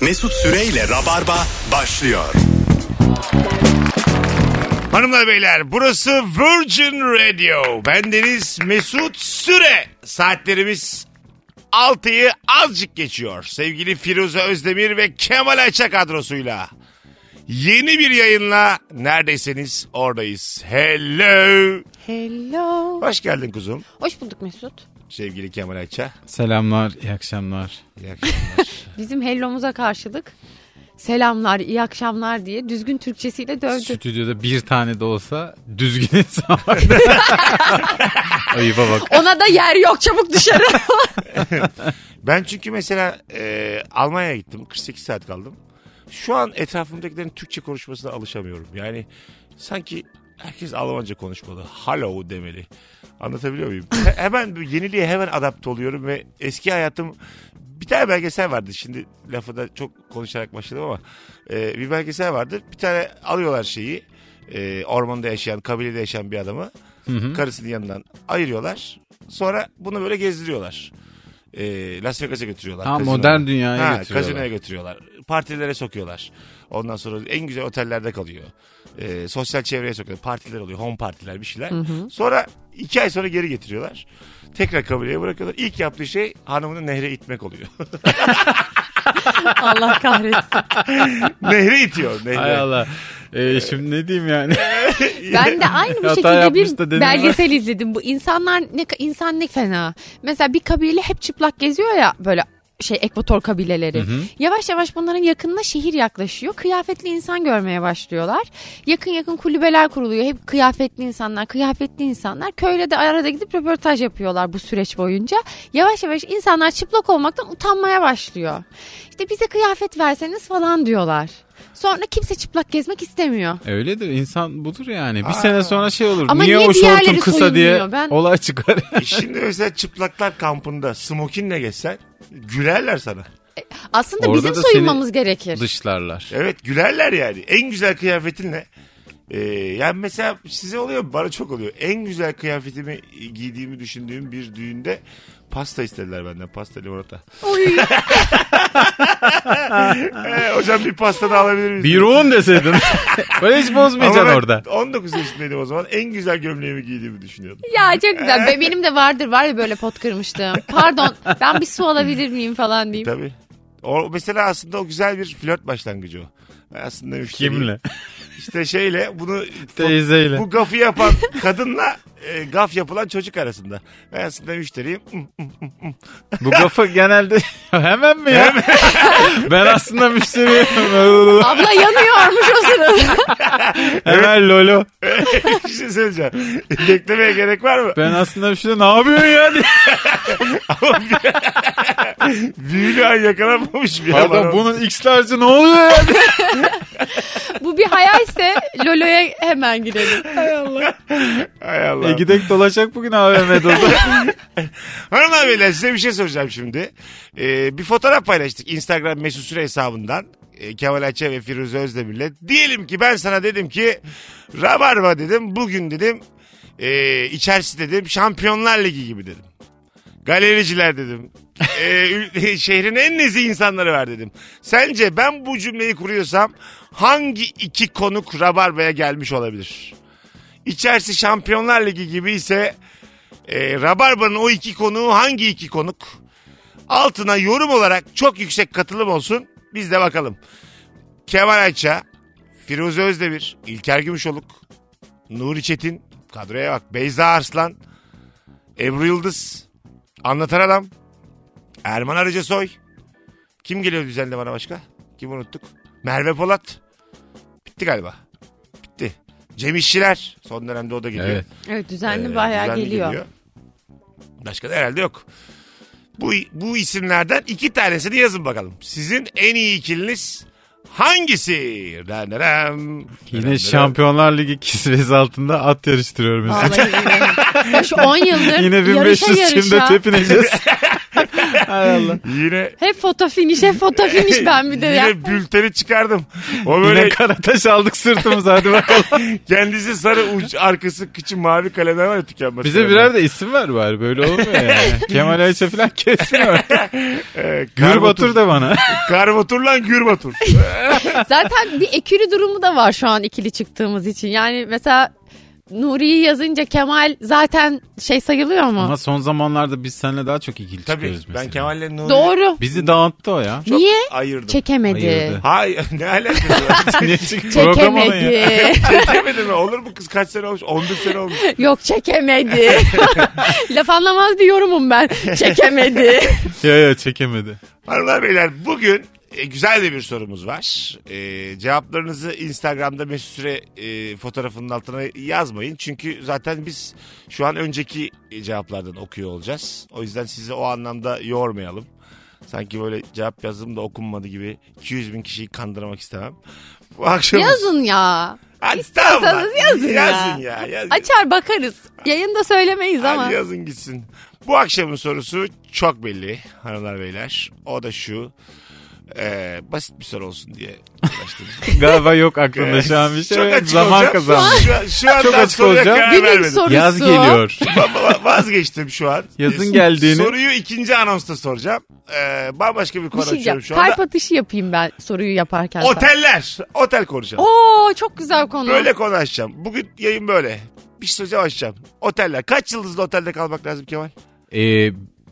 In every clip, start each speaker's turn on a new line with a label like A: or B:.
A: Mesut Süreyle Rabarba başlıyor.
B: Hanımlar beyler burası Virgin Radio. Bendeniz Mesut Süre. Saatlerimiz 6'yı azıcık geçiyor. Sevgili Firuze Özdemir ve Kemal Ayça kadrosuyla. Yeni bir yayınla neredeyseniz oradayız. Hello.
C: Hello.
B: Hoş geldin kuzum.
C: Hoş bulduk Mesut.
B: Sevgili Kemal Ayça.
D: Selamlar, iyi akşamlar.
B: İyi akşamlar.
C: Bizim hello'muza karşılık selamlar, iyi akşamlar diye düzgün Türkçesiyle dövdü.
D: Stüdyoda bir tane de olsa düzgün insan var. Ayıba bak.
C: Ona da yer yok çabuk dışarı.
B: ben çünkü mesela e, Almanya'ya gittim. 48 saat kaldım. Şu an etrafımdakilerin Türkçe konuşmasına alışamıyorum. Yani sanki herkes Almanca konuşmalı. Hello demeli. Anlatabiliyor muyum? He- hemen bu yeniliğe hemen adapte oluyorum ve eski hayatım bir tane belgesel vardı. Şimdi lafı da çok konuşarak başladım ama e, bir belgesel vardı. Bir tane alıyorlar şeyi e, ormanda yaşayan, kabilede yaşayan bir adamı karısının yanından ayırıyorlar. Sonra bunu böyle gezdiriyorlar. E, Las Vegas'a götürüyorlar.
D: Ha,
B: Kazinoya.
D: modern dünyaya
B: Ha,
D: götürüyorlar.
B: Kazinoya götürüyorlar. Partilere sokuyorlar. Ondan sonra en güzel otellerde kalıyor. E, sosyal çevreye sokuyorlar. Partiler oluyor. Home partiler bir şeyler. Sonra iki ay sonra geri getiriyorlar. Tekrar kabileye bırakıyorlar. İlk yaptığı şey hanımını nehre itmek oluyor.
C: Allah kahretsin.
B: nehre itiyor. Nehre.
D: Hay Allah. Ee, şimdi ne diyeyim yani?
C: Ben de aynı bu
D: Hata
C: şekilde
D: yapmış da
C: bir
D: deneme.
C: belgesel izledim. Bu insanlar ne insan ne fena. Mesela bir kabile hep çıplak geziyor ya böyle şey ekvator kabileleri. Yavaş yavaş bunların yakınına şehir yaklaşıyor. Kıyafetli insan görmeye başlıyorlar. Yakın yakın kulübeler kuruluyor. Hep kıyafetli insanlar, kıyafetli insanlar. Köyle de arada gidip röportaj yapıyorlar bu süreç boyunca. Yavaş yavaş insanlar çıplak olmaktan utanmaya başlıyor. İşte bize kıyafet verseniz falan diyorlar. Sonra kimse çıplak gezmek istemiyor.
D: Öyledir insan budur yani. Bir sene sonra şey olur.
C: Ama
D: niye,
C: niye
D: o şortum
C: diğerleri
D: kısa diye
C: soyunmuyor? Ben-
D: olay çıkar.
B: Şimdi mesela çıplaklar kampında smokinle geçsen gülerler sana.
C: Aslında
D: Orada da
C: bizim soyunmamız gerekir.
D: Dışlarlar.
B: Evet gülerler yani. En güzel kıyafetinle. Ee, yani mesela size oluyor mu? Bana çok oluyor. En güzel kıyafetimi giydiğimi düşündüğüm bir düğünde pasta istediler benden. Pasta limonata.
C: Oy.
B: Ee, hocam bir pasta da alabilir miyiz?
D: Bir on deseydin. Böyle hiç
B: Ama
D: bozmayacaksın
B: ben
D: orada.
B: 19 yaşındaydım o zaman. En güzel gömleğimi giydiğimi düşünüyordum.
C: ya çok güzel. Be- Benim de vardır var ya böyle pot kırmıştım. Pardon ben bir su alabilir miyim falan diyeyim.
B: Tabii. O, mesela aslında o güzel bir flört başlangıcı o. Ben Aslında müşteri.
D: Kimle?
B: İşte şeyle bunu
D: Teyzeyle.
B: bu gafı yapan kadınla e, gaf yapılan çocuk arasında. Ben aslında müşteriyim.
D: Bu gafı genelde hemen mi ya? ben aslında müşteriyim.
C: Abla yanıyormuş o sırada.
D: hemen lolo.
B: bir şey söyleyeceğim. Beklemeye gerek var mı?
D: Ben aslında müşteri ne yapıyorsun ya diye.
B: Büyülü an yakalanmamış bir adam.
D: Pardon bunun X'lerce ne oluyor ya diye.
C: Bu bir hayalse Lolo'ya hemen gidelim.
B: Hay Allah.
D: E gidek dolaşak bugün AVM'de o zaman.
B: Hanımlar beyler size bir şey soracağım şimdi. Ee, bir fotoğraf paylaştık Instagram mesut süre hesabından. Ee, Kemal Ayça ve Firuze Özdemir'le. Diyelim ki ben sana dedim ki Rabarba dedim bugün dedim e, içerisi dedim Şampiyonlar Ligi gibi dedim. Galericiler dedim. Ee, ül- şehrin en nezih insanları var dedim. Sence ben bu cümleyi kuruyorsam hangi iki konuk Rabarba'ya gelmiş olabilir? İçerisi Şampiyonlar Ligi gibi ise e, Rabarba'nın o iki konuğu hangi iki konuk? Altına yorum olarak çok yüksek katılım olsun. Biz de bakalım. Kemal Ayça, Firuze Özdemir, İlker Gümüşoluk, Nuri Çetin, kadroya bak Beyza Arslan, Ebru Yıldız, Anlatan Adam, Erman Arıca Soy. Kim geliyor düzenle bana başka? Kim unuttuk? Merve Polat. Bitti galiba. Bitti. Cem İşçiler. Son dönemde o da geliyor.
D: Evet.
C: Evet düzenli
B: Ee,
C: Hani bayağı
B: düzenli
C: geliyor.
B: Başka da herhalde yok. Bu, bu isimlerden iki tanesini yazın bakalım. Sizin en iyi ikiliniz hangisi? Raneram.
D: Yine Şampiyonlar Ligi kisvesi altında at yarıştırıyorum. mesela.
C: Vallahi billahi. Hoş 10 yıldır
D: Yine
C: yarışa
D: 1500
C: yarışa.
D: şimdi tepineceğiz. Hay Allah.
B: Yine
C: Hep foto finish, hep foto finish ben bir de
B: yine
C: ya.
B: bülteni çıkardım. O
D: Yine
B: böyle
D: karataş aldık sırtımıza hadi bakalım.
B: kendisi sarı uç arkası kıçı mavi kalemler var ya tükenmez.
D: Bize
B: kalemler.
D: birer de isim ver bari böyle olmuyor yani. Kemal Ayça falan kesmiyor.
B: Ee,
D: Gür Batur da bana.
B: Karvatur lan Gürbatur.
C: Zaten bir ekürü durumu da var şu an ikili çıktığımız için. Yani mesela Nuri'yi yazınca Kemal zaten şey sayılıyor mu?
D: Ama son zamanlarda biz seninle daha çok ilgili
B: Tabii
D: çıkıyoruz mesela.
B: ben Kemal'le Nuri'yi
C: Doğru.
D: Bizi dağıttı o ya.
B: çok
C: Niye?
B: ayırdım.
C: Çekemedi.
D: Ayırdı.
B: Hayır ne alakası var?
D: Niye çık- program olan ya.
C: Çekemedi.
B: Çekemedi mi? Olur mu kız kaç sene olmuş? 11 sene olmuş.
C: Yok çekemedi. Laf anlamaz bir yorumum ben. Çekemedi.
D: Ya ya çekemedi.
B: Hanımlar beyler bugün e, güzel de bir sorumuz var. E, cevaplarınızı Instagram'da Mesut Süre e, fotoğrafının altına yazmayın. Çünkü zaten biz şu an önceki e, cevaplardan okuyor olacağız. O yüzden sizi o anlamda yormayalım. Sanki böyle cevap yazdım da okunmadı gibi 200 bin kişiyi kandırmak istemem. Bu akşam...
C: Yazın ya.
B: Hadi tamam lan.
C: İstiyorsanız yazın ya.
B: Yazın ya. Yazın.
C: Açar bakarız. Yayında söylemeyiz ama.
B: Hadi yazın gitsin. Bu akşamın sorusu çok belli hanımlar beyler. O da şu. Ee, basit bir soru olsun diye uğraştım.
D: Galiba yok aklında şu an bir şey.
B: Çok
D: ve
B: açık
D: Zaman
B: olacağım.
D: kazandı.
B: Şu, an- şu andan
D: Çok açık
B: soruya
D: olacağım.
B: karar
C: Günün
B: vermedim.
C: sorusu.
D: Yaz geliyor.
B: Va- Vazgeçtim şu an.
D: Yazın geldiğini.
B: Soruyu ikinci anonsta soracağım. Ee, bambaşka bir
C: Bir
B: konu
C: şey
B: açıyorum
C: yap.
B: şu anda.
C: Kalp atışı yapayım ben soruyu yaparken. sana.
B: Oteller. Otel konuşalım.
C: Oo çok güzel konu.
B: Böyle konu açacağım. Bugün yayın böyle. Bir söze açacağım. Oteller. Kaç yıldızlı otelde kalmak lazım Kemal?
D: Ee,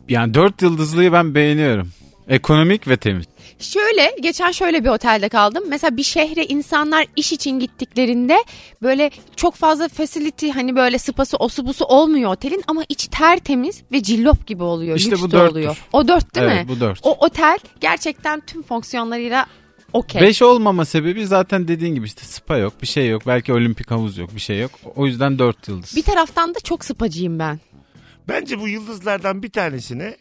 D: yani dört yıldızlıyı ben beğeniyorum. Ekonomik ve temiz.
C: Şöyle geçen şöyle bir otelde kaldım. Mesela bir şehre insanlar iş için gittiklerinde böyle çok fazla facility hani böyle spası osu busu olmuyor otelin ama içi tertemiz ve cillop gibi oluyor.
D: İşte
C: lüks
D: bu
C: de
D: dörttür.
C: oluyor. O dört değil
D: Evet,
C: mi?
D: bu dört.
C: O otel gerçekten tüm fonksiyonlarıyla okey.
D: Beş olmama sebebi zaten dediğin gibi işte spa yok, bir şey yok. Belki olimpik havuz yok, bir şey yok. O yüzden dört yıldız.
C: Bir taraftan da çok spacıyım ben.
B: Bence bu yıldızlardan bir tanesini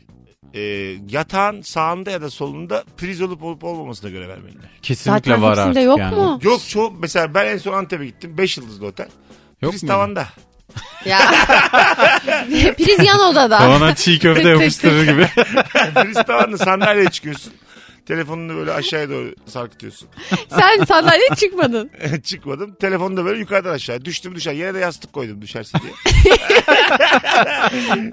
B: e, yatağın sağında ya da solunda priz olup olup olmamasına göre vermeliler.
D: Kesinlikle
C: Zaten
D: var
C: hepsinde
D: artık
C: yok
D: yani.
C: mu?
B: Yok çoğu mesela ben en son Antep'e gittim 5 yıldızlı otel.
D: Yok
B: priz
D: mu?
B: tavanda.
C: Ya. Priz yan odada.
D: Tavana çiğ köfte yapıştırır gibi.
B: priz tavanda sandalyeye çıkıyorsun. Telefonunu böyle aşağıya doğru sarkıtıyorsun.
C: Sen sandalye çıkmadın.
B: Çıkmadım. Telefonu da böyle yukarıdan aşağı. Düştüm düşer. Yere de yastık koydum düşersin diye.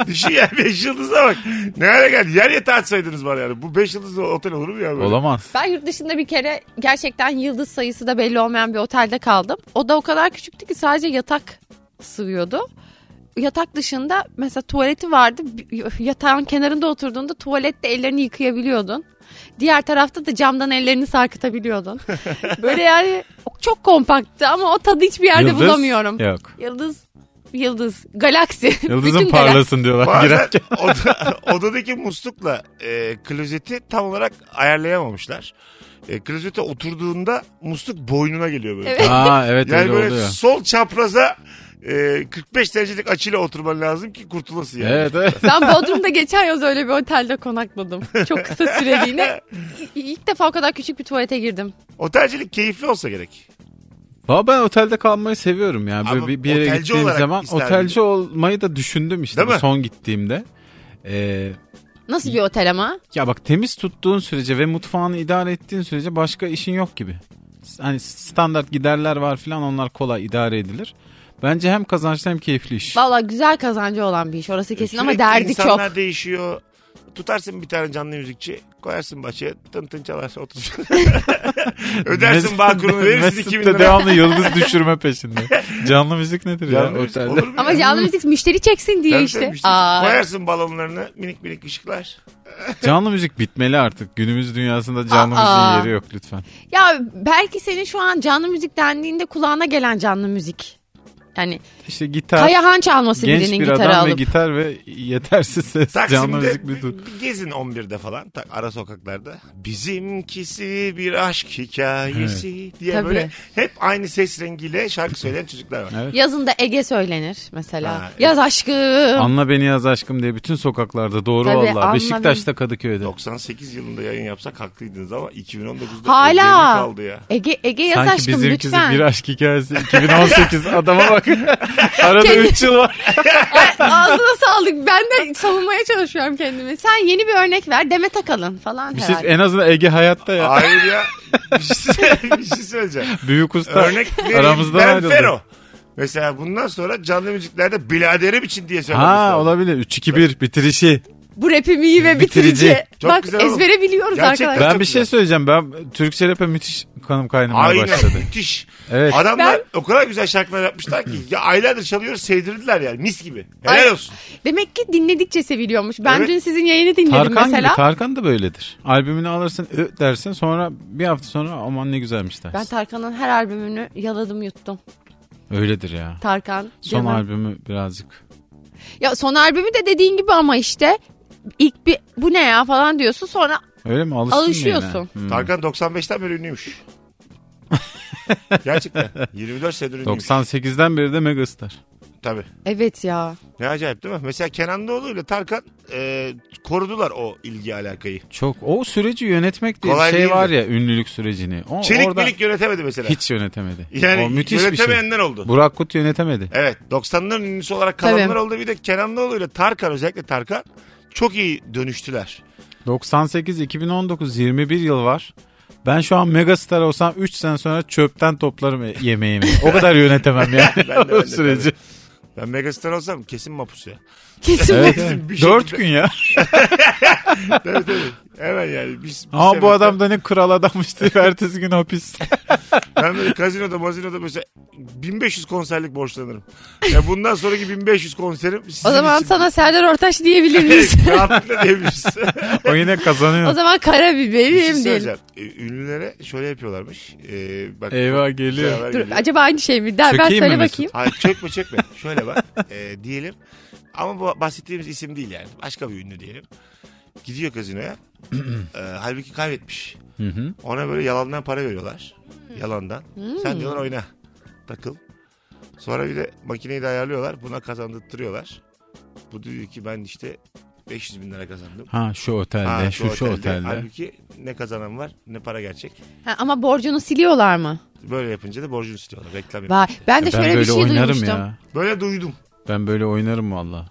B: Düşün ya 5 yıldıza bak. Ne hale geldi. Yer yatağı atsaydınız bana yani. Bu 5 yıldızlı otel olur mu ya böyle?
D: Olamaz.
C: Ben yurt dışında bir kere gerçekten yıldız sayısı da belli olmayan bir otelde kaldım. O da o kadar küçüktü ki sadece yatak sığıyordu. Yatak dışında mesela tuvaleti vardı. Bir- Yatağın kenarında oturduğunda tuvalette ellerini yıkayabiliyordun. Diğer tarafta da camdan ellerini sarkıtabiliyordun. Böyle yani çok kompaktı ama o tadı hiçbir yerde
D: Yıldız?
C: bulamıyorum.
D: Yok.
C: Yıldız, yıldız, galaksi.
D: Yıldızın
C: Bütün
D: parlasın diyorlar
B: Bazen
D: girerken.
B: oda- odadaki muslukla e, klozeti tam olarak ayarlayamamışlar. E, klozete oturduğunda musluk boynuna geliyor böyle.
D: Aa evet
B: Yani
D: öyle
B: böyle
D: oluyor.
B: sol çapraza e, 45 derecelik açıyla oturman lazım ki kurtulasın yani.
D: Evet evet.
C: Ben Bodrum'da geçen yaz öyle bir otelde konakladım. Çok kısa süreliğine. İ- İlk defa o kadar küçük bir tuvalete girdim.
B: Otelcilik keyifli olsa gerek.
D: Valla ben otelde kalmayı seviyorum yani. Böyle
B: Ama
D: bir, bir yere
B: otelci
D: gittiğim
B: olarak
D: zaman
B: isterdim.
D: otelci olmayı da düşündüm işte
B: Değil
D: bu
B: mi?
D: son gittiğimde. Ee,
C: Nasıl bir otel ama?
D: ya bak temiz tuttuğun sürece ve mutfağını idare ettiğin sürece başka işin yok gibi. Hani standart giderler var filan onlar kolay idare edilir. Bence hem kazançlı hem keyifli iş.
C: Valla güzel kazancı olan bir iş orası kesin ama
B: Sürekli
C: derdi çok.
B: insanlar değişiyor. Tutarsın bir tane canlı müzikçi. Koyarsın bahçeye tın tın çalar otur. Ödersin
D: Mes-
B: bağ kurunu verirsin
D: Mesut
B: 2000
D: da
B: lira.
D: devamlı yıldız düşürme peşinde. Canlı müzik nedir ya
B: Canlı müzik
D: otelde?
B: olur mu ya?
C: Ama canlı müzik müşteri çeksin diye
B: Tabii
C: işte.
B: tabii işte.
C: Aa,
B: Koyarsın balonlarını minik minik ışıklar.
D: Canlı müzik bitmeli artık. Günümüz dünyasında canlı
C: Aa.
D: müziğin yeri yok lütfen.
C: ya belki senin şu an canlı müzik dendiğinde kulağına gelen canlı müzik. Yani
D: İşte gitar.
C: Kayahan çalması
D: Genç
C: birinin
D: bir
C: gitarı
D: adam ve
C: alıp.
D: gitar ve yetersiz ses canlı
B: Taksim'de
D: müzik bir dur.
B: bir gezin 11'de falan tak, ara sokaklarda. Bizimkisi bir aşk hikayesi diye
C: Tabii.
B: böyle hep aynı ses rengiyle şarkı söyleyen çocuklar var.
D: Evet.
C: Yazında Ege söylenir mesela.
B: Ha, evet.
C: Yaz aşkım.
D: Anla beni yaz aşkım diye bütün sokaklarda doğru
C: Tabii,
D: valla.
C: anla
D: Beşiktaş'ta Kadıköy'de.
B: 98 yılında yayın yapsak haklıydınız ama 2019'da
C: Hala.
B: Hala. kaldı ya.
C: Ege Ege yaz
D: Sanki
C: aşkım
D: bizimkisi
C: lütfen.
D: bir aşk hikayesi. 2018 adama bak. Arada 3 yıl var.
C: Ay, Ağzına sağlık. Ben de savunmaya çalışıyorum kendimi. Sen yeni bir örnek ver. Demet Akalın falan
D: Bir şey,
C: herhalde.
D: en azından Ege hayatta ya.
B: Hayır ya. Bir şey, bir şey söyleyeceğim.
D: Büyük usta.
B: Örnek vereyim.
D: Aramızdan
B: ben
D: ayrıldı.
B: Fero. Mesela bundan sonra canlı müziklerde biladerim için diye söylemiş.
D: Ha olabilir. 3-2-1 bitirişi.
C: Bu rapimi iyi ve bitirici.
D: Bitirici.
B: Çok
C: Bak
B: güzel oğlum.
C: ezbere biliyoruz
B: Gerçekten.
C: arkadaşlar.
D: Ben
B: çok
D: bir şey
B: güzel.
D: söyleyeceğim. Ben Türkçe rap'e müthiş kanım kaynamaya
B: Aynen
D: başladı.
B: müthiş.
D: Evet.
B: Adamlar o kadar güzel şarkılar yapmışlar ki ya aylardır çalıyoruz sevdirdiler yani mis gibi. Helal
C: Ay.
B: olsun.
C: Demek ki dinledikçe seviliyormuş. Ben
B: Evet.
C: dün sizin yayını dinledim
D: Tarkan
C: mesela.
D: gibi. Tarkan da böyledir. Albümünü alırsın ö dersin sonra bir hafta sonra aman ne güzelmiş dersin.
C: ben Tarkan'ın her albümünü yaladım yuttum.
D: Öyledir ya.
C: Tarkan.
D: Son
C: canım.
D: albümü birazcık.
C: Ya son albümü de dediğin gibi ama işte ilk bir bu ne ya falan diyorsun sonra
D: Öyle mi? Alıştın mı
C: Alışıyorsun.
D: yine? Hmm.
B: Tarkan 95'ten beri ünlüymüş. Gerçekten. 24 senedir ünlüymüş.
D: 98'den beri de megastar.
B: Tabii.
C: evet ya.
B: Ne acayip değil mi? Mesela Kenan Doğulu ile Tarkan e, korudular o ilgi alakayı.
D: Çok. O süreci yönetmek diye bir
B: Kolay
D: şey
B: değil
D: var
B: mi?
D: ya ünlülük sürecini. O,
B: Çelik
D: orada
B: milik yönetemedi mesela.
D: hiç yönetemedi.
B: yani
D: o müthiş bir şey.
B: yönetemeyenler oldu.
D: Burak Kut yönetemedi.
B: Evet 90'ların ünlüsü olarak kalanlar
C: Tabii.
B: oldu. Bir de Kenan Doğulu ile Tarkan özellikle Tarkan çok iyi dönüştüler.
D: 98, 2019, 21 yıl var. Ben şu an megastar olsam 3 sene sonra çöpten toplarım e- yemeğimi. O kadar yönetemem yani
B: Ben de,
D: o
B: ben de,
D: süreci.
B: Ben megastar olsam kesin mapus ya.
C: Kesin.
D: Evet,
B: Bir şey-
D: 4 gün ya.
B: Tabii tabii. Hemen yani. Biz,
D: Ama bu adam da ne kral adammıştı. Ertesi gün hapis.
B: Ben böyle kazinoda mazinoda mesela 1500 konserlik borçlanırım. Ya bundan sonraki 1500 konserim sizin
C: O zaman
B: için.
C: sana şey Serdar Ortaç diyebilir miyiz?
B: Rahatlıkla diyebiliriz.
D: O yine
C: o
D: kazanıyor.
C: zaman kara
B: Bir şey
C: bir bebeğim değil.
B: söyleyeceğim. Ee, Ünlülere şöyle yapıyorlarmış. Ee, bak,
D: Eyvah geliyor.
B: Beraber
C: Dur
B: geliyor.
C: acaba aynı şey mi? Der, ben
D: Çökeyim mi
C: söyle
D: Mesut?
C: bakayım.
B: Hayır çökme çökme. Şöyle bak. Ee, diyelim. Ama bu bahsettiğimiz isim değil yani. Başka bir ünlü diyelim. Gidiyor kazinoya. Ee, halbuki kaybetmiş.
D: Hı hı.
B: Ona böyle yalandan para veriyorlar.
C: Hmm.
B: Yalandan. Sen diyorlar oyna. Takıl. Sonra bir de makineyi de ayarlıyorlar. Buna kazandırtıyorlar. Bu diyor ki ben işte 500 bin lira kazandım.
D: Ha şu otelde,
B: Ha,
D: şu şu otelde.
B: Halbuki ne kazanan var ne para gerçek.
C: Ha, ama borcunu siliyorlar mı?
B: Böyle yapınca da borcunu istiyorlar. Reklam yapıyor.
C: Vay, ben de
D: Ya
C: şöyle bir şey duymuştum.
D: ya.
B: Böyle duydum.
D: Ben böyle oynarım valla.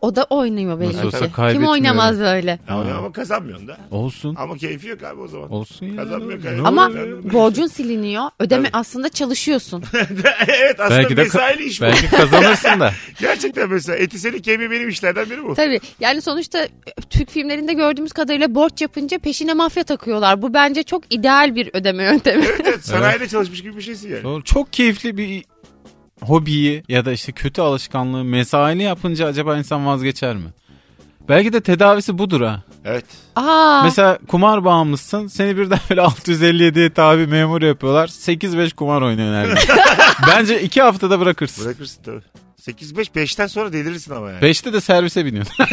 C: O da oynuyor
D: Nasıl
C: belli
D: olsa
C: ki. Kim
D: kaybetmiyorum.
C: oynamaz böyle?
B: Ama,
D: Ha.
B: ama kazanmıyorsun da.
D: Olsun.
B: Ama keyfi yok abi o zaman.
D: Olsun ya.
B: Kazanmıyor,
D: Ne
B: kazanmıyor.
C: Ama
D: olur ya.
C: borcun siliniyor. Ödeme
B: Tabii.
C: aslında çalışıyorsun.
B: evet aslında
D: belki de
B: mesaili iş bu.
D: belki kazanırsın da.
B: Gerçekten mesela eti seni kemiği benim işlerden biri bu.
C: Tabii. Yani sonuçta e, Türk filmlerinde gördüğümüz kadarıyla borç yapınca peşine mafya takıyorlar. Bu bence çok ideal bir ödeme yöntemi.
B: Evet, sanayide çalışmış gibi bir şeysin yani.
D: Doğru. Çok keyifli bir hobiyi ya da işte kötü alışkanlığı mesaini yapınca acaba insan vazgeçer mi? Belki de tedavisi budur ha.
B: Evet.
C: Aa.
D: Mesela kumar bağımlısın. Seni birden böyle 657'ye tabi memur yapıyorlar. 8-5 kumar oynuyorsun her gün. Bence 2 haftada bırakırsın.
B: Bırakırsın tabii. 8-5 5'ten sonra delirirsin ama yani.
D: 5'te de servise biniyorsun.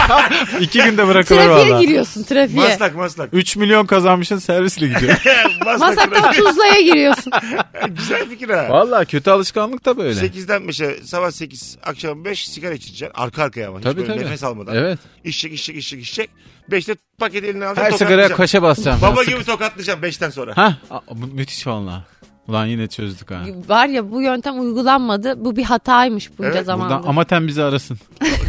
D: 2 günde bırakılır
C: Trafiğe
D: valla.
C: giriyorsun trafiğe.
B: Maslak maslak.
D: 3 milyon kazanmışsın servisle gidiyor.
B: maslak.
C: Masaktan Tuzla'ya giriyorsun.
B: Güzel fikir ha.
D: Valla kötü alışkanlık da böyle.
B: 8'den 5'e sabah 8 akşam 5 sigara içeceksin. Arka arkaya ama. Hiç
D: Tabii,
B: böyle
D: tabii.
B: nefes almadan.
D: Evet.
B: İçecek içecek içecek içecek. 5'te paket eline alacaksın.
D: Her sigaraya
B: tokatlayacaksın.
D: kaşe basacağım.
B: Baba
D: ben.
B: gibi tokatlayacağım 5'ten sonra.
D: Ha müthiş valla. Ulan yine çözdük ha.
C: Var ya bu yöntem uygulanmadı. Bu bir hataymış bunca
B: Evet,
C: zamandır.
D: Buradan Amatem bizi arasın.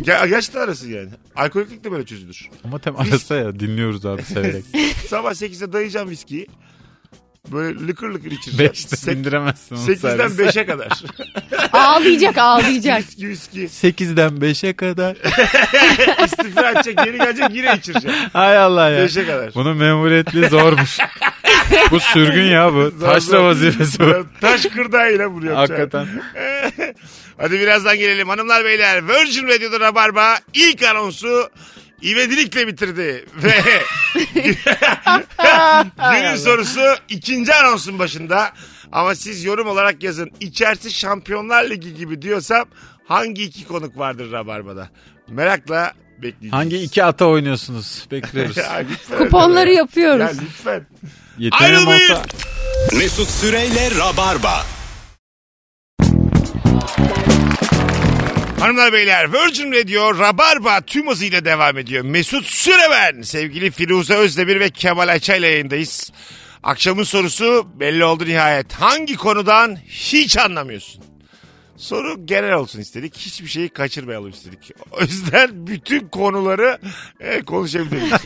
B: Ger- gerçekten arasın yani. Alkoliklik de böyle çözülür.
D: Amatem arasa ya dinliyoruz abi severek.
B: Sabah 8'de dayayacağım viskiyi. Böyle lıkır lıkır içeceksin.
D: 5'te
B: Sek-
D: bindiremezsin onu
B: 8'den
D: servise.
B: 5'e kadar.
C: Ağlayacak ağlayacak.
B: Viski viski.
D: 8'den 5'e kadar.
B: İstifa edecek geri gelecek yine içireceğim.
D: Hay Allah ya.
B: 5'e kadar.
D: Bunun memuriyetli zormuş. bu sürgün ya bu. Taşra vazifesi bu.
B: Taş kırdağıyla bunu yapacağım.
D: Hakikaten.
B: Hadi birazdan gelelim hanımlar beyler. Virgin Radio'da Rabarba ilk anonsu ivedilikle bitirdi. Ve günün sorusu ikinci anonsun başında. Ama siz yorum olarak yazın. İçerisi Şampiyonlar Ligi gibi diyorsam hangi iki konuk vardır Rabarba'da? Merakla bekleyeceğiz.
D: Hangi iki ata oynuyorsunuz? Bekliyoruz.
B: Ya lütfen.
C: Kuponları
B: Ya
C: yapıyoruz.
B: lütfen.
D: Yeteneğim
B: Ayrılmayın.
D: olsa
A: Mesut Süreyle Rabarba.
B: Hanımlar beyler Virgin Radio Rabarba tüm hızıyla devam ediyor. Mesut Süreben, sevgili Firuze Özdemir ve Kemal Ayça ile yayındayız. Akşamın sorusu belli oldu nihayet. Hangi konudan hiç anlamıyorsun? Soru genel olsun istedik. Hiçbir şeyi kaçırmayalım istedik. O yüzden bütün konuları e, konuşabiliriz.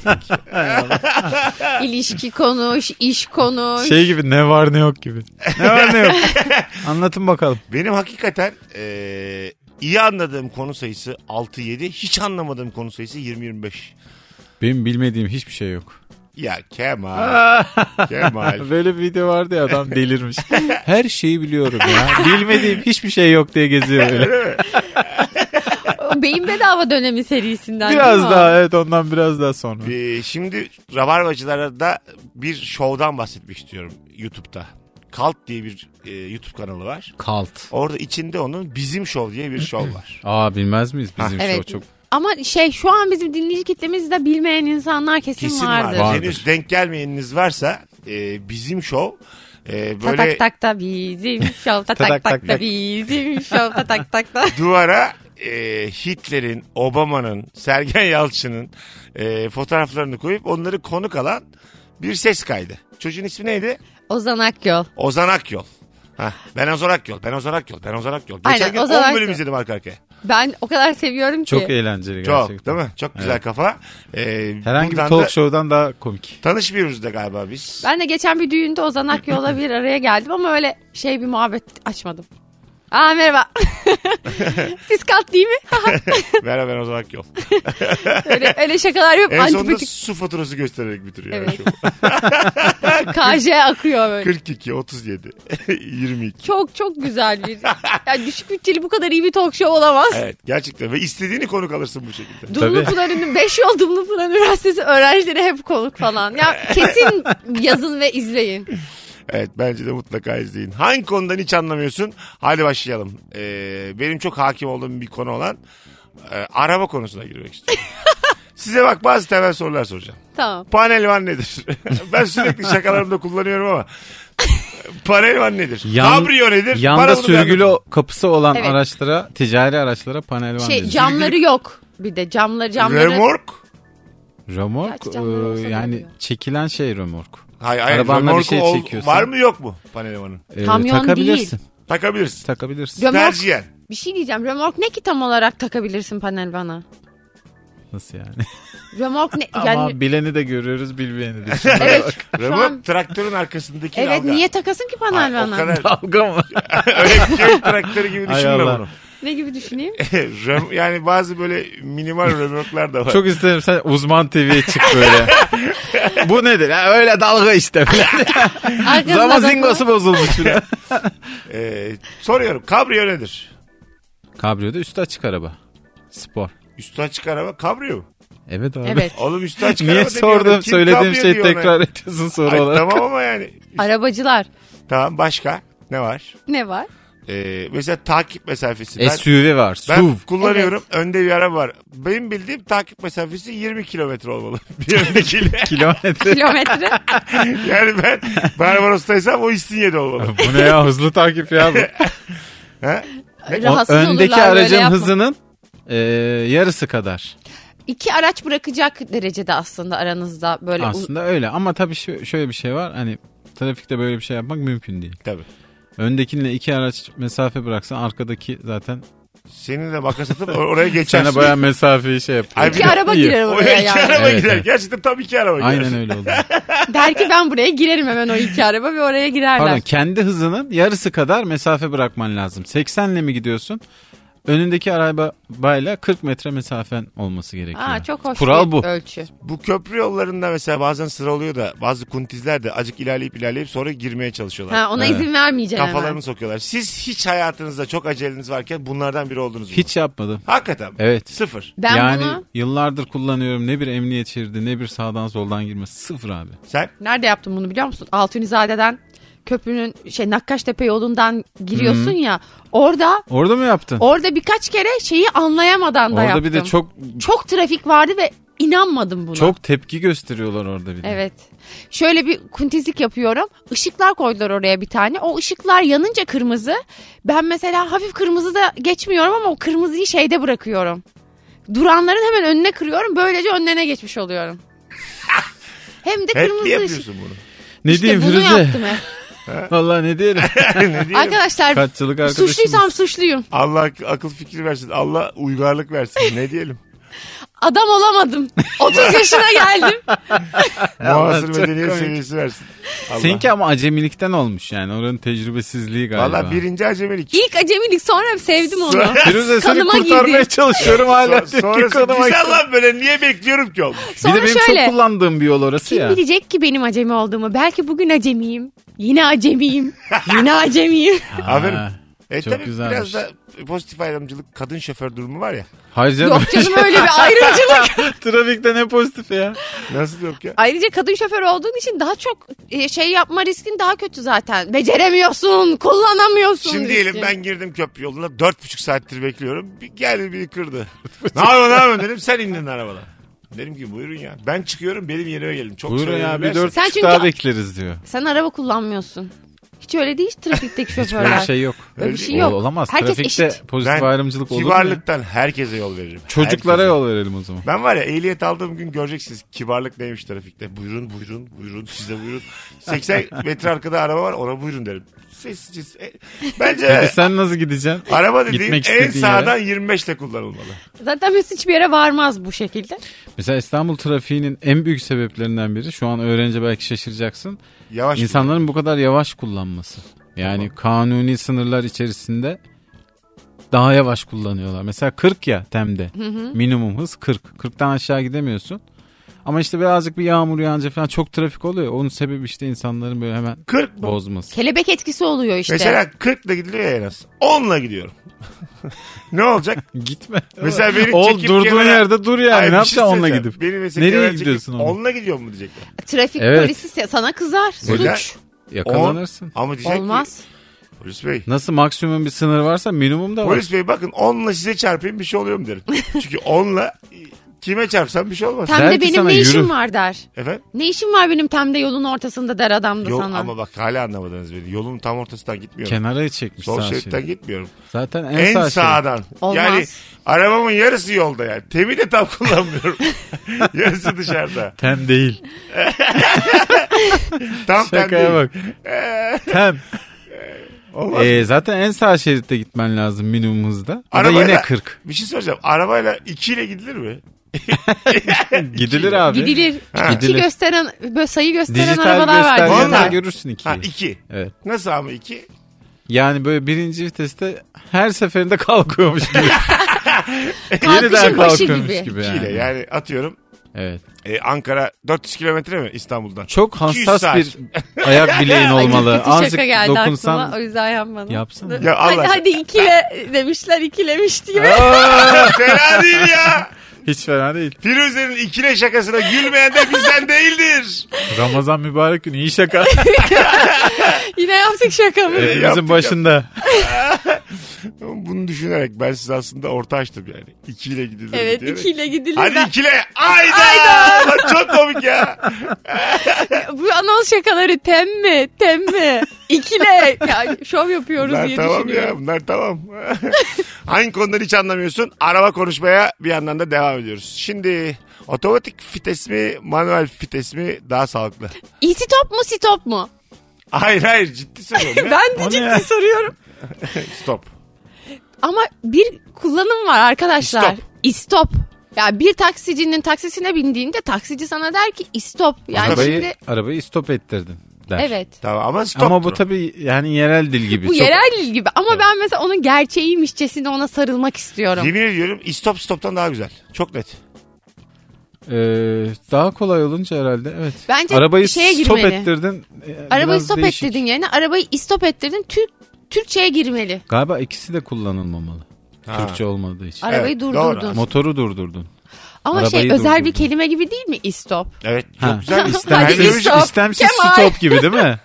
C: İlişki konuş, iş konuş.
D: Şey gibi ne var ne yok gibi. Ne var ne yok. Anlatın bakalım.
B: Benim hakikaten e, iyi anladığım konu sayısı 6-7. Hiç anlamadığım konu sayısı 20-25.
D: Benim bilmediğim hiçbir şey yok.
B: Ya Kemal. Kemal.
D: Böyle bir video vardı ya adam delirmiş. Her şeyi biliyorum ya. Bilmediğim hiçbir şey yok diye geziyor öyle.
C: O Beyin bedava dönemi serisinden değil mi
D: Biraz
C: o?
D: daha evet ondan biraz daha sonra.
B: E, şimdi Rabarbacılara da bir şovdan bahsetmek istiyorum YouTube'da. Kalt diye bir e, YouTube kanalı var.
D: Kalt.
B: Orada içinde onun Bizim Şov diye bir şov var.
D: Aa bilmez miyiz bizim
C: Evet.
D: show çok.
C: Ama şey şu an bizim dinleyici kitlemizde bilmeyen insanlar kesin,
B: Kesin
C: vardır.
B: vardır.
D: Vardır.
B: Henüz denk gelmeyeniniz varsa e, Bizim Şov e,
C: Tatak
B: böyle
C: tak da bizim şov tatak
D: Tak
C: tak,
D: tak tak.
C: da bizim şov tatak tak da.
B: duvara e, Hitler'in, Obama'nın, Sergen Yalçın'ın e, fotoğraflarını koyup onları konuk alan bir ses kaydı. Çocuğun ismi neydi?
C: Ozan Akyol.
B: Ozan Akyol. Hah, ben Ozan Akyol, ben Ozan Akyol, ben Ozan Akyol. Geçen
C: Aynen,
B: gün 10
C: Ozan
B: bölüm
C: Akyol.
B: izledim arka arkaya.
C: Ben o kadar seviyorum ki.
D: Çok eğlenceli
B: Çok
D: gerçekten.
B: değil mi? Çok güzel kafa. E,
D: Herhangi bir
B: buradan
D: talk
B: da
D: show'dan daha komik.
B: Tanışmıyoruz da galiba biz.
C: Ben de geçen bir düğünde Ozan Akyol'la bir araya geldim ama öyle şey bir muhabbet açmadım. Aa merhaba. Siz kat değil mi?
B: Merhaba ben Ozan Akyol.
C: öyle, öyle şakalar yok.
B: En sonunda
C: Antipatik
B: su faturası göstererek bitiriyor.
C: Evet. KJ akıyor böyle.
B: 42, 37, 22.
C: Çok çok güzel bir. Yani düşük bütçeli bu kadar iyi bir talk show olamaz.
B: Evet gerçekten ve istediğini konuk alırsın bu şekilde.
D: Tabii.
C: Dumlupınar Ünü- 5 yol Dumlupınar Üniversitesi öğrencileri hep konuk falan. Ya kesin yazın ve izleyin.
B: Evet bence de mutlaka izleyin. Hangi konudan hiç anlamıyorsun? Hadi başlayalım. Ee, benim çok hakim olduğum bir konu olan e, araba konusuna girmek istiyorum. Size bak bazı temel sorular soracağım.
C: Tamam.
B: Panel van nedir? ben sürekli şakalarımda kullanıyorum ama. Panel van nedir?
D: Yan-
B: Cabrio nedir?
D: Yanda
B: Bana bunu bir
D: sürgülü
B: anlatın.
D: kapısı olan
C: Evet.
D: araçlara, ticari araçlara panel var.
C: Şey
D: dedi.
C: camları yok. Bir de camları camları.
B: Remork?
D: Remork
C: Gerçi camları olsa
D: e,
C: ne
D: yani
C: oluyor?
D: çekilen şey remork.
B: Hayır hayır.
D: Arabanla bir
B: remorku
D: şey
B: ol-
D: çekiyorsun.
B: Var mı yok mu panel vanın?
D: E,
C: Kamyon
D: takabilirsin.
B: Takabilirsin.
D: Takabilirsin.
C: Remork-
B: Tercihen.
C: Bir şey diyeceğim. Remork ne ki tam olarak takabilirsin panel bana?
D: Nasıl yani?
C: Remork ne?
D: Ama
C: yani
D: bileni de görüyoruz bilmeyeni de.
C: evet. Şu
B: Remork
C: an,
B: traktörün arkasındaki
C: evet
B: dalga.
C: niye takasın ki panel
B: şey Ay, o
C: bana?
B: kadar
D: Dalga mı?
B: öyle köy traktörü gibi
D: Ay
B: düşünme
D: Allah.
B: bunu.
C: Ne gibi düşüneyim?
B: Rem- yani bazı böyle minimal römorklar da var.
D: Çok isterim sen uzman TV'ye çık böyle. Bu nedir? Ha, öyle dalga işte.
C: Arkasında
D: Zamazingosu bozulmuş. bile.
B: Ee, soruyorum kabrio nedir?
D: Kabriyoda üstü açık araba. Spor.
B: Üstü açık araba kabrio mu?
D: Evet abi.
C: Evet.
B: Oğlum üstü açık araba
D: Niye
B: demiyor
D: sordum
B: adam. Kim
D: söylediğim
B: kabrio
D: şeyi
B: diyor ona?
D: tekrar ediyorsun soru
B: Ay,
D: olarak.
B: tamam ama yani.
C: Arabacılar.
B: Tamam başka ne var?
C: Ne var?
B: Ee, mesela takip mesafesi. Ben,
D: SUV var. SUV.
B: ben kullanıyorum. Önde bir araba var. Benim bildiğim takip mesafesi 20 kilometre olmalı. Bir öndekiyle.
D: Kilometre.
C: Kilometre.
B: yani ben Barbaros'taysam o İstinye'de olmalı.
D: bu ne ya hızlı takip ya bu.
B: Ha?
C: Rahatsız
D: Öndeki
C: olurlar böyle
D: aracın
C: yapma.
D: hızının e, yarısı kadar.
C: İki araç bırakacak derecede aslında aranızda böyle uz-
D: Aslında öyle ama tabii şu- şöyle bir şey var. Hani trafikte böyle bir şey yapmak mümkün değil.
B: Tabii.
D: Öndekinle iki araç mesafe bıraksan arkadaki zaten
B: Seninle makas atıp or- oraya geçersin.
D: sana bayağı mesafeyi şey yapıyor.
B: Ay, bir
C: İki araba
D: İyi.
C: girer
B: Oraya
C: oraya
B: iki
C: yani.
B: araba
D: Evet,
B: gider.
D: evet.
B: Gerçekten tam iki araba gider.
D: Aynen öyle oldu.
C: Der ki ben buraya girerim hemen o iki araba ve oraya girerler.
D: Pardon kendi hızının yarısı kadar mesafe bırakman lazım. 80 ile mi gidiyorsun? Önündeki arabayla 40 metre mesafen olması gerekiyor.
C: Aa, çok hoş
D: Kural
C: bir
D: bu.
C: ölçü.
B: Bu köprü yollarında mesela bazen sıra oluyor da bazı kuntizler de acık ilerleyip ilerleyip sonra girmeye çalışıyorlar.
C: Ha, ona
D: Evet.
C: izin vermeyeceksin
B: Kafalarını
C: hemen.
B: sokuyorlar. Siz hiç hayatınızda çok aceleniz varken bunlardan biri oldunuz mu?
D: Hiç yapmadım.
B: Hakikaten. mi?
D: Evet.
B: Sıfır.
C: Ben
D: yani
C: bunu
D: yıllardır kullanıyorum. Ne bir emniyet şeridi ne bir sağdan soldan girme. Sıfır abi.
B: Sen
C: nerede yaptım bunu biliyor musun? Altunizade'den köprünün şey Nakkaştepe yolundan giriyorsun ya. Orada
D: Orada mı yaptın?
C: orada birkaç kere şeyi anlayamadan da
D: orada
C: yaptım.
D: bir de çok
C: çok trafik vardı ve inanmadım buna.
D: çok tepki gösteriyorlar orada bir de.
C: Evet. Şöyle bir kuntizlik yapıyorum. Işıklar koydular oraya bir tane. O ışıklar yanınca kırmızı. Ben mesela hafif kırmızı da geçmiyorum ama o kırmızıyı şeyde bırakıyorum. Duranların hemen önüne kırıyorum. Böylece önlerine geçmiş oluyorum. Hem de
B: hep
C: kırmızı
B: mi
C: ışık.
B: yapıyorsun bunu?
D: Ne
C: İşte
D: diyeyim
C: bunu
D: Firuze?
C: yaptım hep.
D: Vallahi ne diyelim.
B: ne diyelim?
C: Arkadaşlar
D: Kaç yıllık arkadaşımız.
C: suçluysam suçluyum.
B: Allah ak- akıl fikir versin. Allah uygarlık versin. Ne diyelim?
C: Adam olamadım. 30 yaşına geldim.
B: Muhasır
D: çok
B: medeniyet
D: komik.
B: seviyesi versin. Allah.
D: Seninki ama acemilikten olmuş yani. Oranın tecrübesizliği galiba.
B: Valla birinci acemilik.
C: İlk acemilik sonra sevdim onu.
D: Firuze seni
C: Kanıma
D: kurtarmaya
C: girdi.
D: çalışıyorum hala.
B: So- sonrası
D: Kanıma
B: güzel
D: girdi.
B: lan böyle niye bekliyorum ki oğlum?
D: Bir
C: Sonra
D: de benim
C: şöyle.
D: çok kullandığım bir yol orası
C: kim
D: ya.
C: bilecek ki benim acemi olduğumu? Belki bugün acemiyim. Yine acemiyim. Yine acemiyim.
D: Ha,
B: Aferin. E
D: Çok
B: tabii
D: güzelmiş.
B: biraz da pozitif ayrımcılık kadın şoför durumu var ya.
D: Hayır canım.
C: Yok canım öyle bir ayrımcılık.
D: Trafikte ne pozitif ya.
B: Nasıl yok ya?
C: Ayrıca kadın şoför olduğun için daha çok e, şey yapma riskin daha kötü zaten. Beceremiyorsun, kullanamıyorsun.
B: Şimdi
C: riski.
B: diyelim ben girdim köprü yoluna dört buçuk saattir bekliyorum. Bir geldi bir kırdı. ne yapıyorsun ne yapıyorsun dedim sen indin arabadan. Dedim ki buyurun ya. Ben çıkıyorum benim yerime gelin. Çok
D: Buyurun
B: söyledim
D: ya bir
B: dersin.
D: dört
C: Sen
D: buçuk
C: çünkü-
D: daha bekleriz diyor.
C: Sen araba kullanmıyorsun. Hiç öyle değil trafikteki
D: Böyle
C: şoförler.
D: bir şey yok.
C: Böyle bir
B: Öyle
C: şey yok.
D: Ol- Olamaz.
C: Herkes
D: Trafikte
C: eşit.
D: pozitif
B: Ben
D: ayrımcılık olur mu? ya?
B: kibarlıktan herkese yol veririm.
D: Çocuklara
B: Herkese.
D: yol verelim o zaman.
B: Ben var ya ehliyet aldığım gün göreceksiniz kibarlık neymiş trafikte. Buyurun buyurun buyurun size buyurun. 80 metre arkada araba var ona buyurun derim. Sessizce. e,
D: E
B: Bence
D: sen nasıl gideceksin?
B: araba dediğin
D: Gitmek
B: en
D: istediğin yere.
B: sağdan 25 ile kullanılmalı.
C: Zaten Mesut hiçbir yere varmaz bu şekilde.
D: Mesela İstanbul trafiğinin en büyük sebeplerinden biri şu an öğrenince belki şaşıracaksın.
B: Yavaş.
D: İnsanların bu kadar yavaş kullanması. Yani kanuni sınırlar içerisinde daha yavaş kullanıyorlar. Mesela 40 ya temde. Minimum hız 40. 40'tan aşağı gidemiyorsun. Ama işte birazcık bir yağmur yağınca falan çok trafik oluyor. Onun sebebi işte insanların böyle hemen
B: 40 mı?
D: bozması.
C: Kelebek etkisi oluyor işte.
B: Mesela 40 ile gidiliyor ya en az. 10 ile gidiyorum. ne olacak?
D: Gitme.
B: Mesela beni
D: Ol
B: çekip
D: durduğun
B: kenara-
D: yerde dur yani.
B: Ay, bir
D: ne yapacaksın
B: şey
D: onunla
B: söyleyeceğim.
D: gidip?
B: Beni mesela
D: Nereye
B: kenara
D: gidiyorsun
B: çekip
D: onunla?
B: onunla gidiyor mu diyecekler.
C: Trafik
D: Evet.
C: polisi se- sana kızar.
B: Neden?
C: Suç.
D: E, Yakalanırsın.
B: Ama diyecek Olmaz.
C: Olmaz.
B: ki polis bey.
D: Nasıl maksimum bir sınır varsa minimum da var.
B: Polis bey bakın 10'la size çarpayım bir şey oluyor mu derim. Çünkü 10'la kime çarpsam bir şey olmaz.
C: Temde
D: Der ki
C: benim
D: sana
C: ne işim
D: yürü.
C: var der.
B: Efendim?
C: Ne işim var benim temde yolun ortasında der adam da
B: Yol,
C: sana.
B: ama bak hala anlamadınız beni. Yolun tam ortasından gitmiyorum.
D: Kenara çekmiş
B: Sol
D: sağ
B: şeritten
D: şeridi.
B: gitmiyorum.
D: Zaten en,
B: En,
D: sağ şerit.
B: sağdan.
C: Olmaz.
B: Yani arabamın yarısı yolda yani. Temi de tam kullanmıyorum. yarısı dışarıda.
D: Tem değil.
B: Tam tem
D: Şakaya
B: değil.
D: bak. Tem.
B: Olmaz.
D: Ee, zaten en sağ şeritte gitmen lazım minimum hızda. O da
B: Arabayla-
D: yine 40.
B: Bir şey soracağım. Arabayla 2 ile gidilir mi?
D: Gidilir abi.
C: Gidilir.
B: Ha.
C: İki
D: Gidilir.
C: gösteren, böyle sayı gösteren
D: Dijital
C: arabalar var.
B: Vallahi.
D: göstergeler
C: diyorlar.
D: görürsün iki.
B: Ha 2.
D: Evet.
B: Nasıl ama 2?
D: Yani böyle birinci viteste her seferinde kalkıyormuş gibi. Yeniden
C: Kalkışın başı
D: kalkıyormuş gibi.
C: gibi.
B: Yani.
D: yani.
B: yani atıyorum
D: Evet.
B: e, Ankara 400 kilometre mi İstanbul'dan?
D: Çok
B: 200
D: hassas
B: saat.
D: bir ayak bileğin
C: Ay, çok
D: olmalı.
C: kötü
D: Azıcık
C: şaka geldi
D: dokunsan
C: aklıma. O yüzden yapmadım.
D: yapsana.
B: Ya Allah
C: hadi,
B: aşkına.
C: hadi ikile demişler ikilemiş gibi.
B: Fena değil ya.
D: Hiç fena değil.
B: Firuze'nin ikile şakasına gülmeyen de bizden değildir.
D: Ramazan mübarek gün iyi şaka.
C: Yine yaptık şakamı.
B: Yaptık, yaptık.
D: Hepimizin başında.
B: Ama Bunu düşünerek ben size aslında orta açtım yani. İkiyle gidilir
C: Evet
B: diyerek.
C: ikiyle gidilir.
B: Hadi
C: Ben-
B: ikile. Ayda. Ayda. Çok komik ya.
C: Bu anons şakaları tem mi? Tem mi? İkile. Ya, şov yapıyoruz
B: Bunlar
C: diye
B: tamam
C: düşünüyorum.
B: ya. Bunlar tamam. Hangi konuları hiç anlamıyorsun? Araba konuşmaya bir yandan da devam ediyoruz. Şimdi otomatik fites mi, manuel fites mi daha sağlıklı?
C: İsi top mu sitop mu?
B: Hayır hayır ciddi söylüyorum. ya.
C: Ben de ciddi
D: ya?
C: soruyorum.
B: Stop.
C: Ama bir kullanım var arkadaşlar.
B: İstop.
C: İstop. Ya bir taksicinin taksisine bindiğinde taksici sana der ki istop. Yani
D: arabayı,
C: şimdi
D: arabayı stop ettirdin der.
C: evet.
B: Tamam ama stop.
D: Ama bu tabii yani yerel dil gibi.
C: Bu
D: Çok-
C: yerel dil gibi ama ben mesela onun gerçeğiymişçesine ona sarılmak istiyorum.
B: Yemin ediyorum stop stop'tan daha güzel. Çok net.
D: Ee, daha kolay olunca herhalde evet.
C: Bence
D: Arabayı
C: şeye
D: stop
C: girmeli.
D: ettirdin. Ee,
C: Arabayı
D: biraz
C: stop
D: değişik.
C: ettirdin yerine arabayı istop ettirdin Türk Türkçe'ye girmeli.
D: Galiba ikisi de kullanılmamalı.
B: Ha.
D: Türkçe olmadığı için.
C: Arabayı
B: Evet, doğru
C: durdurdun.
B: aslında.
D: Motoru durdurdun.
C: Ama şey
D: Arabayı
C: özel bir
D: durdurdun.
C: kelime gibi değil mi istop?
B: Evet çok
D: Ha.
B: güzel.
C: Hadi
D: İstemsiz,
C: stop.
D: istemsiz
C: Kemal.
D: stop gibi değil mi?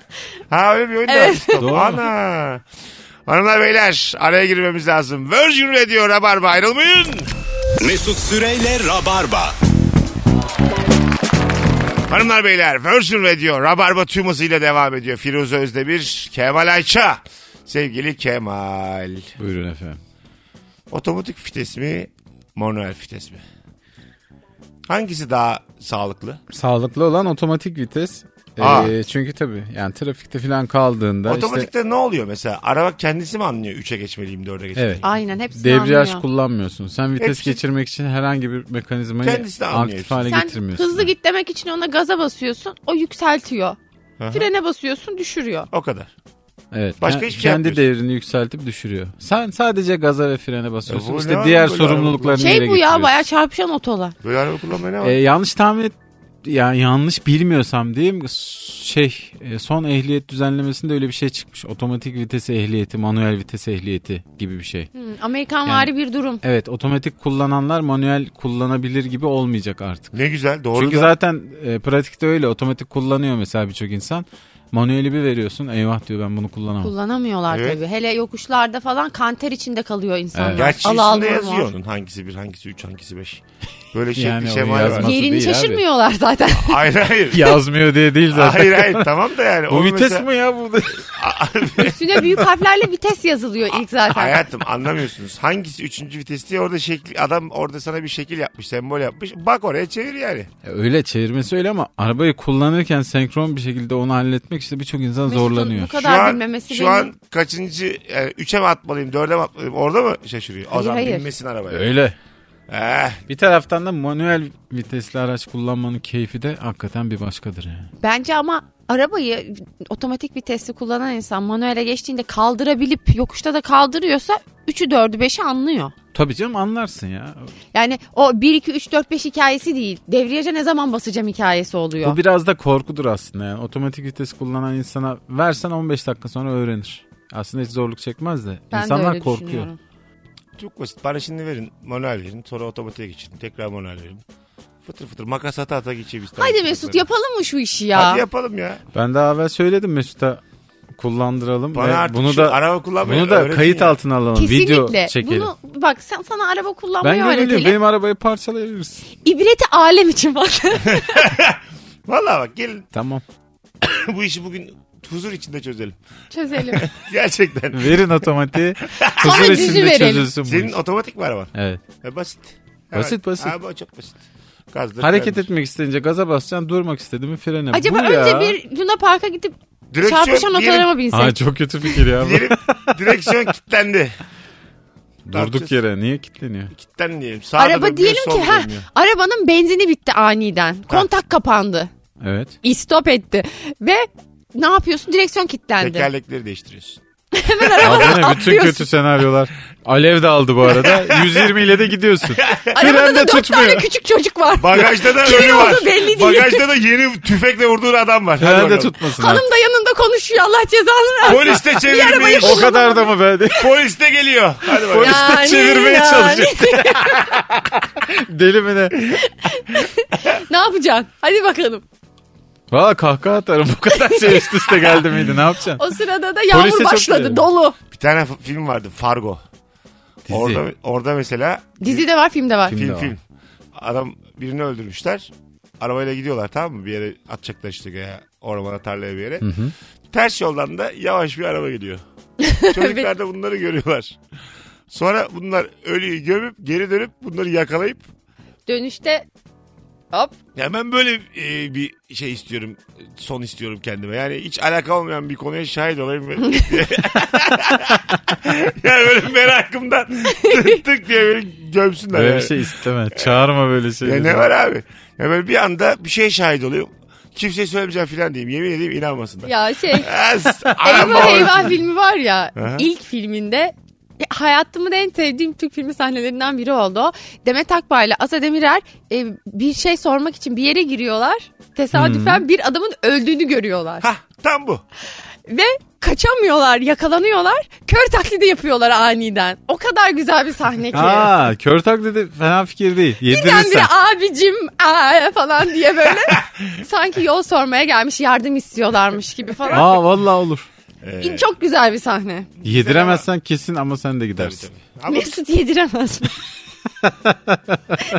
B: Ha öyle bir oyun da var. Stop. Ana. Hanımlar beyler araya girmemiz lazım. Virgin Radio Rabarba ayrılmayın.
A: Mesut Süreyle Rabarba.
B: Hanımlar beyler Virgin Radio Rabarba tüm hızıyla devam ediyor. Firuze Özdemir, Kemal Ayça. Sevgili Kemal.
D: Buyurun efendim.
B: Otomatik fites mi? Manuel fites mi? Hangisi daha sağlıklı?
D: Sağlıklı olan otomatik vites.
B: Aa.
D: Ee, çünkü tabii yani trafikte falan kaldığında işte
B: Otomatikte ne oluyor mesela? Araba kendisi mi anlıyor 3'e geçmeliyim 4'e geçmeliyim?
D: Evet.
C: Aynen hepsini
D: debriyaj
C: anlıyor.
D: kullanmıyorsun. Sen vites
B: Hepsi-
D: geçirmek için herhangi bir mekanizmayı
B: Kendisi de anlıyor
D: aktif
B: işte.
D: hale
C: Sen
D: getirmiyorsun.
C: hızlı git demek için ona gaza basıyorsun. O yükseltiyor.
B: Aha.
C: Frene basıyorsun düşürüyor.
B: O kadar.
D: Evet.
B: Başka
D: Ken-
B: hiçbir şey
D: kendi
B: yapmıyorsun.
D: değerini yükseltip düşürüyor. Sen sadece gaza ve frene
B: Ya
D: basıyorsun.
B: E bu ne
D: işte diğer
B: abi böyle
D: sorumluluklarını yere
C: Şey bu ya
D: getiriyorsun.
C: baya çarpışan otolar.
B: Böyle araba kullanmaya ne var?
D: Ee, yanlış tahmin et yani yanlış bilmiyorsam diyeyim şey e, son ehliyet düzenlemesinde öyle bir şey çıkmış. Otomatik vites ehliyeti, manuel vites ehliyeti gibi bir şey.
C: Hmm, Amerikan vari bir durum.
D: Evet, otomatik kullananlar manuel kullanabilir gibi olmayacak artık.
B: ne güzel doğru
D: Çünkü
B: da.
D: zaten e, pratikte öyle otomatik kullanıyor mesela birçok insan. Manueli bir veriyorsun. Eyvah diyor ben bunu kullanamam.
C: Kullanamıyorlar
B: Evet.
C: tabii. Hele yokuşlarda falan kanter içinde kalıyor insanlar.
D: Evet.
B: Gerçi
C: Al al
B: üstünde
C: vurma.
B: yazıyor onun hangisi bir hangisi üç hangisi beş. Böyle şey, şekli
D: Yani
B: yani
D: onu
B: şemali
D: yazmaz.
B: var.
D: Nasıl
C: Yerini
D: değil abi?
C: şaşırmıyorlar zaten.
B: Hayır hayır.
D: Yazmıyor diye değil zaten.
B: hayır hayır tamam da yani.
D: Bu
B: onu
D: vites
B: mesela-
D: mi ya burada?
C: Üstüne büyük harflerle vites yazılıyor ilk zaten.
B: Hayatım anlamıyorsunuz. Hangisi üçüncü vites diye orada şekli, adam orada sana bir şekil yapmış, sembol yapmış. Bak oraya çevir yani.
D: Ya Öyle çevirmesi öyle ama arabayı kullanırken senkron bir şekilde onu halletmek işte birçok insan
C: Mesut'un
D: zorlanıyor.
C: Bu
B: Şu
C: kadar
B: an,
C: bilmemesi
B: şu
C: beni-
B: an kaçıncı, yani üçe mi atmalıyım, dörde mi atmalıyım orada mı şaşırıyor? O
C: Hayır,
B: zaman
C: hayır.
B: binmesin arabaya.
D: Öyle.
B: Eh,
D: Bir taraftan da manuel vitesli araç kullanmanın keyfi de hakikaten bir başkadır yani.
C: Bence ama arabayı otomatik vitesli kullanan insan manuele geçtiğinde kaldırabilip yokuşta da kaldırıyorsa 3'ü 4'ü 5'i anlıyor.
D: Tabii canım anlarsın ya.
C: Yani o 1 2 3 4 5 hikayesi değil. Debriyaja ne zaman basacağım hikayesi oluyor.
D: Bu biraz da korkudur aslında yani. Otomatik vites kullanan insana versen 15 dakika sonra öğrenir. Aslında hiç zorluk çekmez de.
C: ben
D: İnsanlar
C: de öyle
D: korkuyor.
C: düşünüyorum.
B: çok basit. Bana şimdi verin, manuel verin. Sonra otomatiğe geçirin. Tekrar manuel verin. Fıtır fıtır makas ata ata geçeyim istedim.
C: Haydi Mesut yapalım mı şu işi ya?
B: Hadi yapalım ya.
D: Ben daha evvel söyledim Mesut'a kullandıralım
B: Bana
D: ve
B: artık
D: bunu
B: şu
D: da
B: araba kullanmayı
D: bunu da
B: öğretin
D: kayıt
B: ya.
D: altına alalım. Video
C: Kesinlikle.
D: çekelim.
C: Bunu bak sen sana araba
D: ben
C: kullanmayı öğretelim.
D: gönüllüyüm. Benim arabayı parçalayabilirsin.
C: İbreti alem için bak.
B: Valla bak gelin
D: Tamam.
B: bu işi bugün huzur içinde çözelim.
C: Çözelim.
B: Gerçekten.
D: Verin otomatiği.
C: Sonra
D: Huzur
C: düzü
D: içinde
C: verelim.
D: çözülsün bu
B: Senin
D: iş.
B: otomatik mi araban?
D: Evet.
B: E, basit.
D: Basit, basit.
B: Abi o çok basit. Gazdır,
D: Hareket
B: frendir.
D: etmek isteyince gaza basacaksın durmak istedi mi frene.
C: Acaba
D: Bu
C: önce
D: ya.
C: bir Luna Park'a gidip
B: Direksiyon
C: çarpışan
B: diyelim-
C: otolara mı binsek?
D: Aa, çok kötü fikir ya. bu.
B: diyelim, direksiyon kilitlendi.
D: Durduk yere niye kilitleniyor?
B: Kilitlendi diyelim. Sağda
C: Araba
B: dönmüyor,
C: diyelim
B: solda
C: ki ha
B: dönmüyor.
C: arabanın benzini bitti aniden. Kontak kapandı.
D: Evet.
C: İstop etti. Ve ne yapıyorsun? Direksiyon kilitlendi.
B: Tekerlekleri değiştiriyorsun.
D: Ağzına bütün kötü senaryolar. Alev de aldı bu arada. 120 ile de gidiyorsun.
C: Arabada
D: Fren de
C: da dört tane
D: tutmuyor.
C: küçük çocuk var.
B: Bagajda da
C: Kimin
B: ölü var.
C: olduğu belli değil.
B: Bagajda da yeni tüfekle vurduğun adam var. Hadi
D: Fren de
B: bakalım.
D: tutmasın. ha.
C: Hanım da yanında konuşuyor. Allah cezanı versin.
B: Polis de
C: arabayı
B: çevirmiş.
D: O kadar da mı be?
B: Polis de geliyor. Hadi bakalım.
D: Polis de çevirmeye çalışıyor. Deli mi ne?
C: ne yapacaksın? Hadi bakalım.
D: Valla kahkaha atarım bu kadar şey üst üste geldi miydi ne yapacaksın?
C: O sırada da yağmur
D: Polise çok güzel.
C: başladı. Dolu.
B: Bir tane f- film vardı Fargo.
D: Dizi.
B: Orada, orada mesela
C: Dizi de var, film de var.
D: Film.
B: Film
D: de
B: film. Adam birini öldürmüşler. Arabayla gidiyorlar tamam mı? Bir yere atacaklar işte ya ormana tarlaya bir yere. Ters yoldan da yavaş bir araba geliyor. Çocuklar da bunları görüyorlar. Sonra bunlar ölüyü gömüp geri dönüp bunları yakalayıp
C: Dönüşte hop
B: hemen böyle e, bir şey istiyorum. Son istiyorum kendime. Yani hiç alaka olmayan bir konuya şahit olayım. ve- yani böyle merakımdan tık tık diye böyle gömsünler.
D: Böyle
B: yani.
D: bir şey isteme. Çağırma böyle
B: Ya
D: şeyleri.
B: ne var abi? Ya böyle bir anda bir şeye şahit oluyorum. Kimseye söylemeyeceğim filan diyeyim. Yemin edeyim inanmasınlar.
C: ya şey
B: As, anam
C: Elma
B: babam.
C: Heyva filmi var ya
B: Aha.
C: ilk filminde e, hayatımın en sevdiğim Türk filmi sahnelerinden biri oldu. o. Demet Akbağ ile Asa Demirer e, bir şey sormak için bir yere giriyorlar. Tesadüfen bir adamın öldüğünü görüyorlar.
B: Hah tam bu.
C: Ve kaçamıyorlar, yakalanıyorlar. Kör taklidi yapıyorlar aniden. O kadar güzel bir sahne ki.
D: Aa, kör taklidi fena fikir değil.
C: Birdenbire
D: Yedirirsen.
C: abicim aa falan diye böyle sanki yol sormaya gelmiş yardım istiyorlarmış gibi falan.
D: Aa vallahi olur.
B: Ee,
C: Çok güzel bir sahne.
D: Yediremezsen kesin ama sen de
B: tabii,
D: gidersin.
B: tabii. Ama
C: Mesut yediremez mi?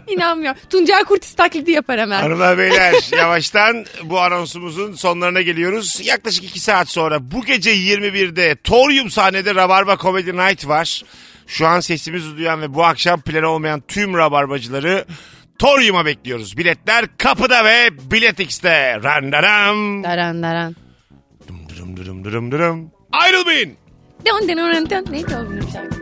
C: İnanmıyorum. Tuncel Kurtiz taklidi yapar hemen.
B: Hanımlar beyler yavaştan bu anonsumuzun sonlarına geliyoruz. Yaklaşık 2 saat sonra bu gece 21'de Torium sahnede Rabarba Comedy Night var. Şu an sesimizi duyan ve bu akşam planı olmayan tüm rabarbacıları Torium'a bekliyoruz. Biletler kapıda ve Bilet X'te. Randaram.
C: Daran daran.
B: Dırım dırım dırım dırım. Ayrılmayın.
C: Dön dön dön dön. Neydi o bizim şarkı?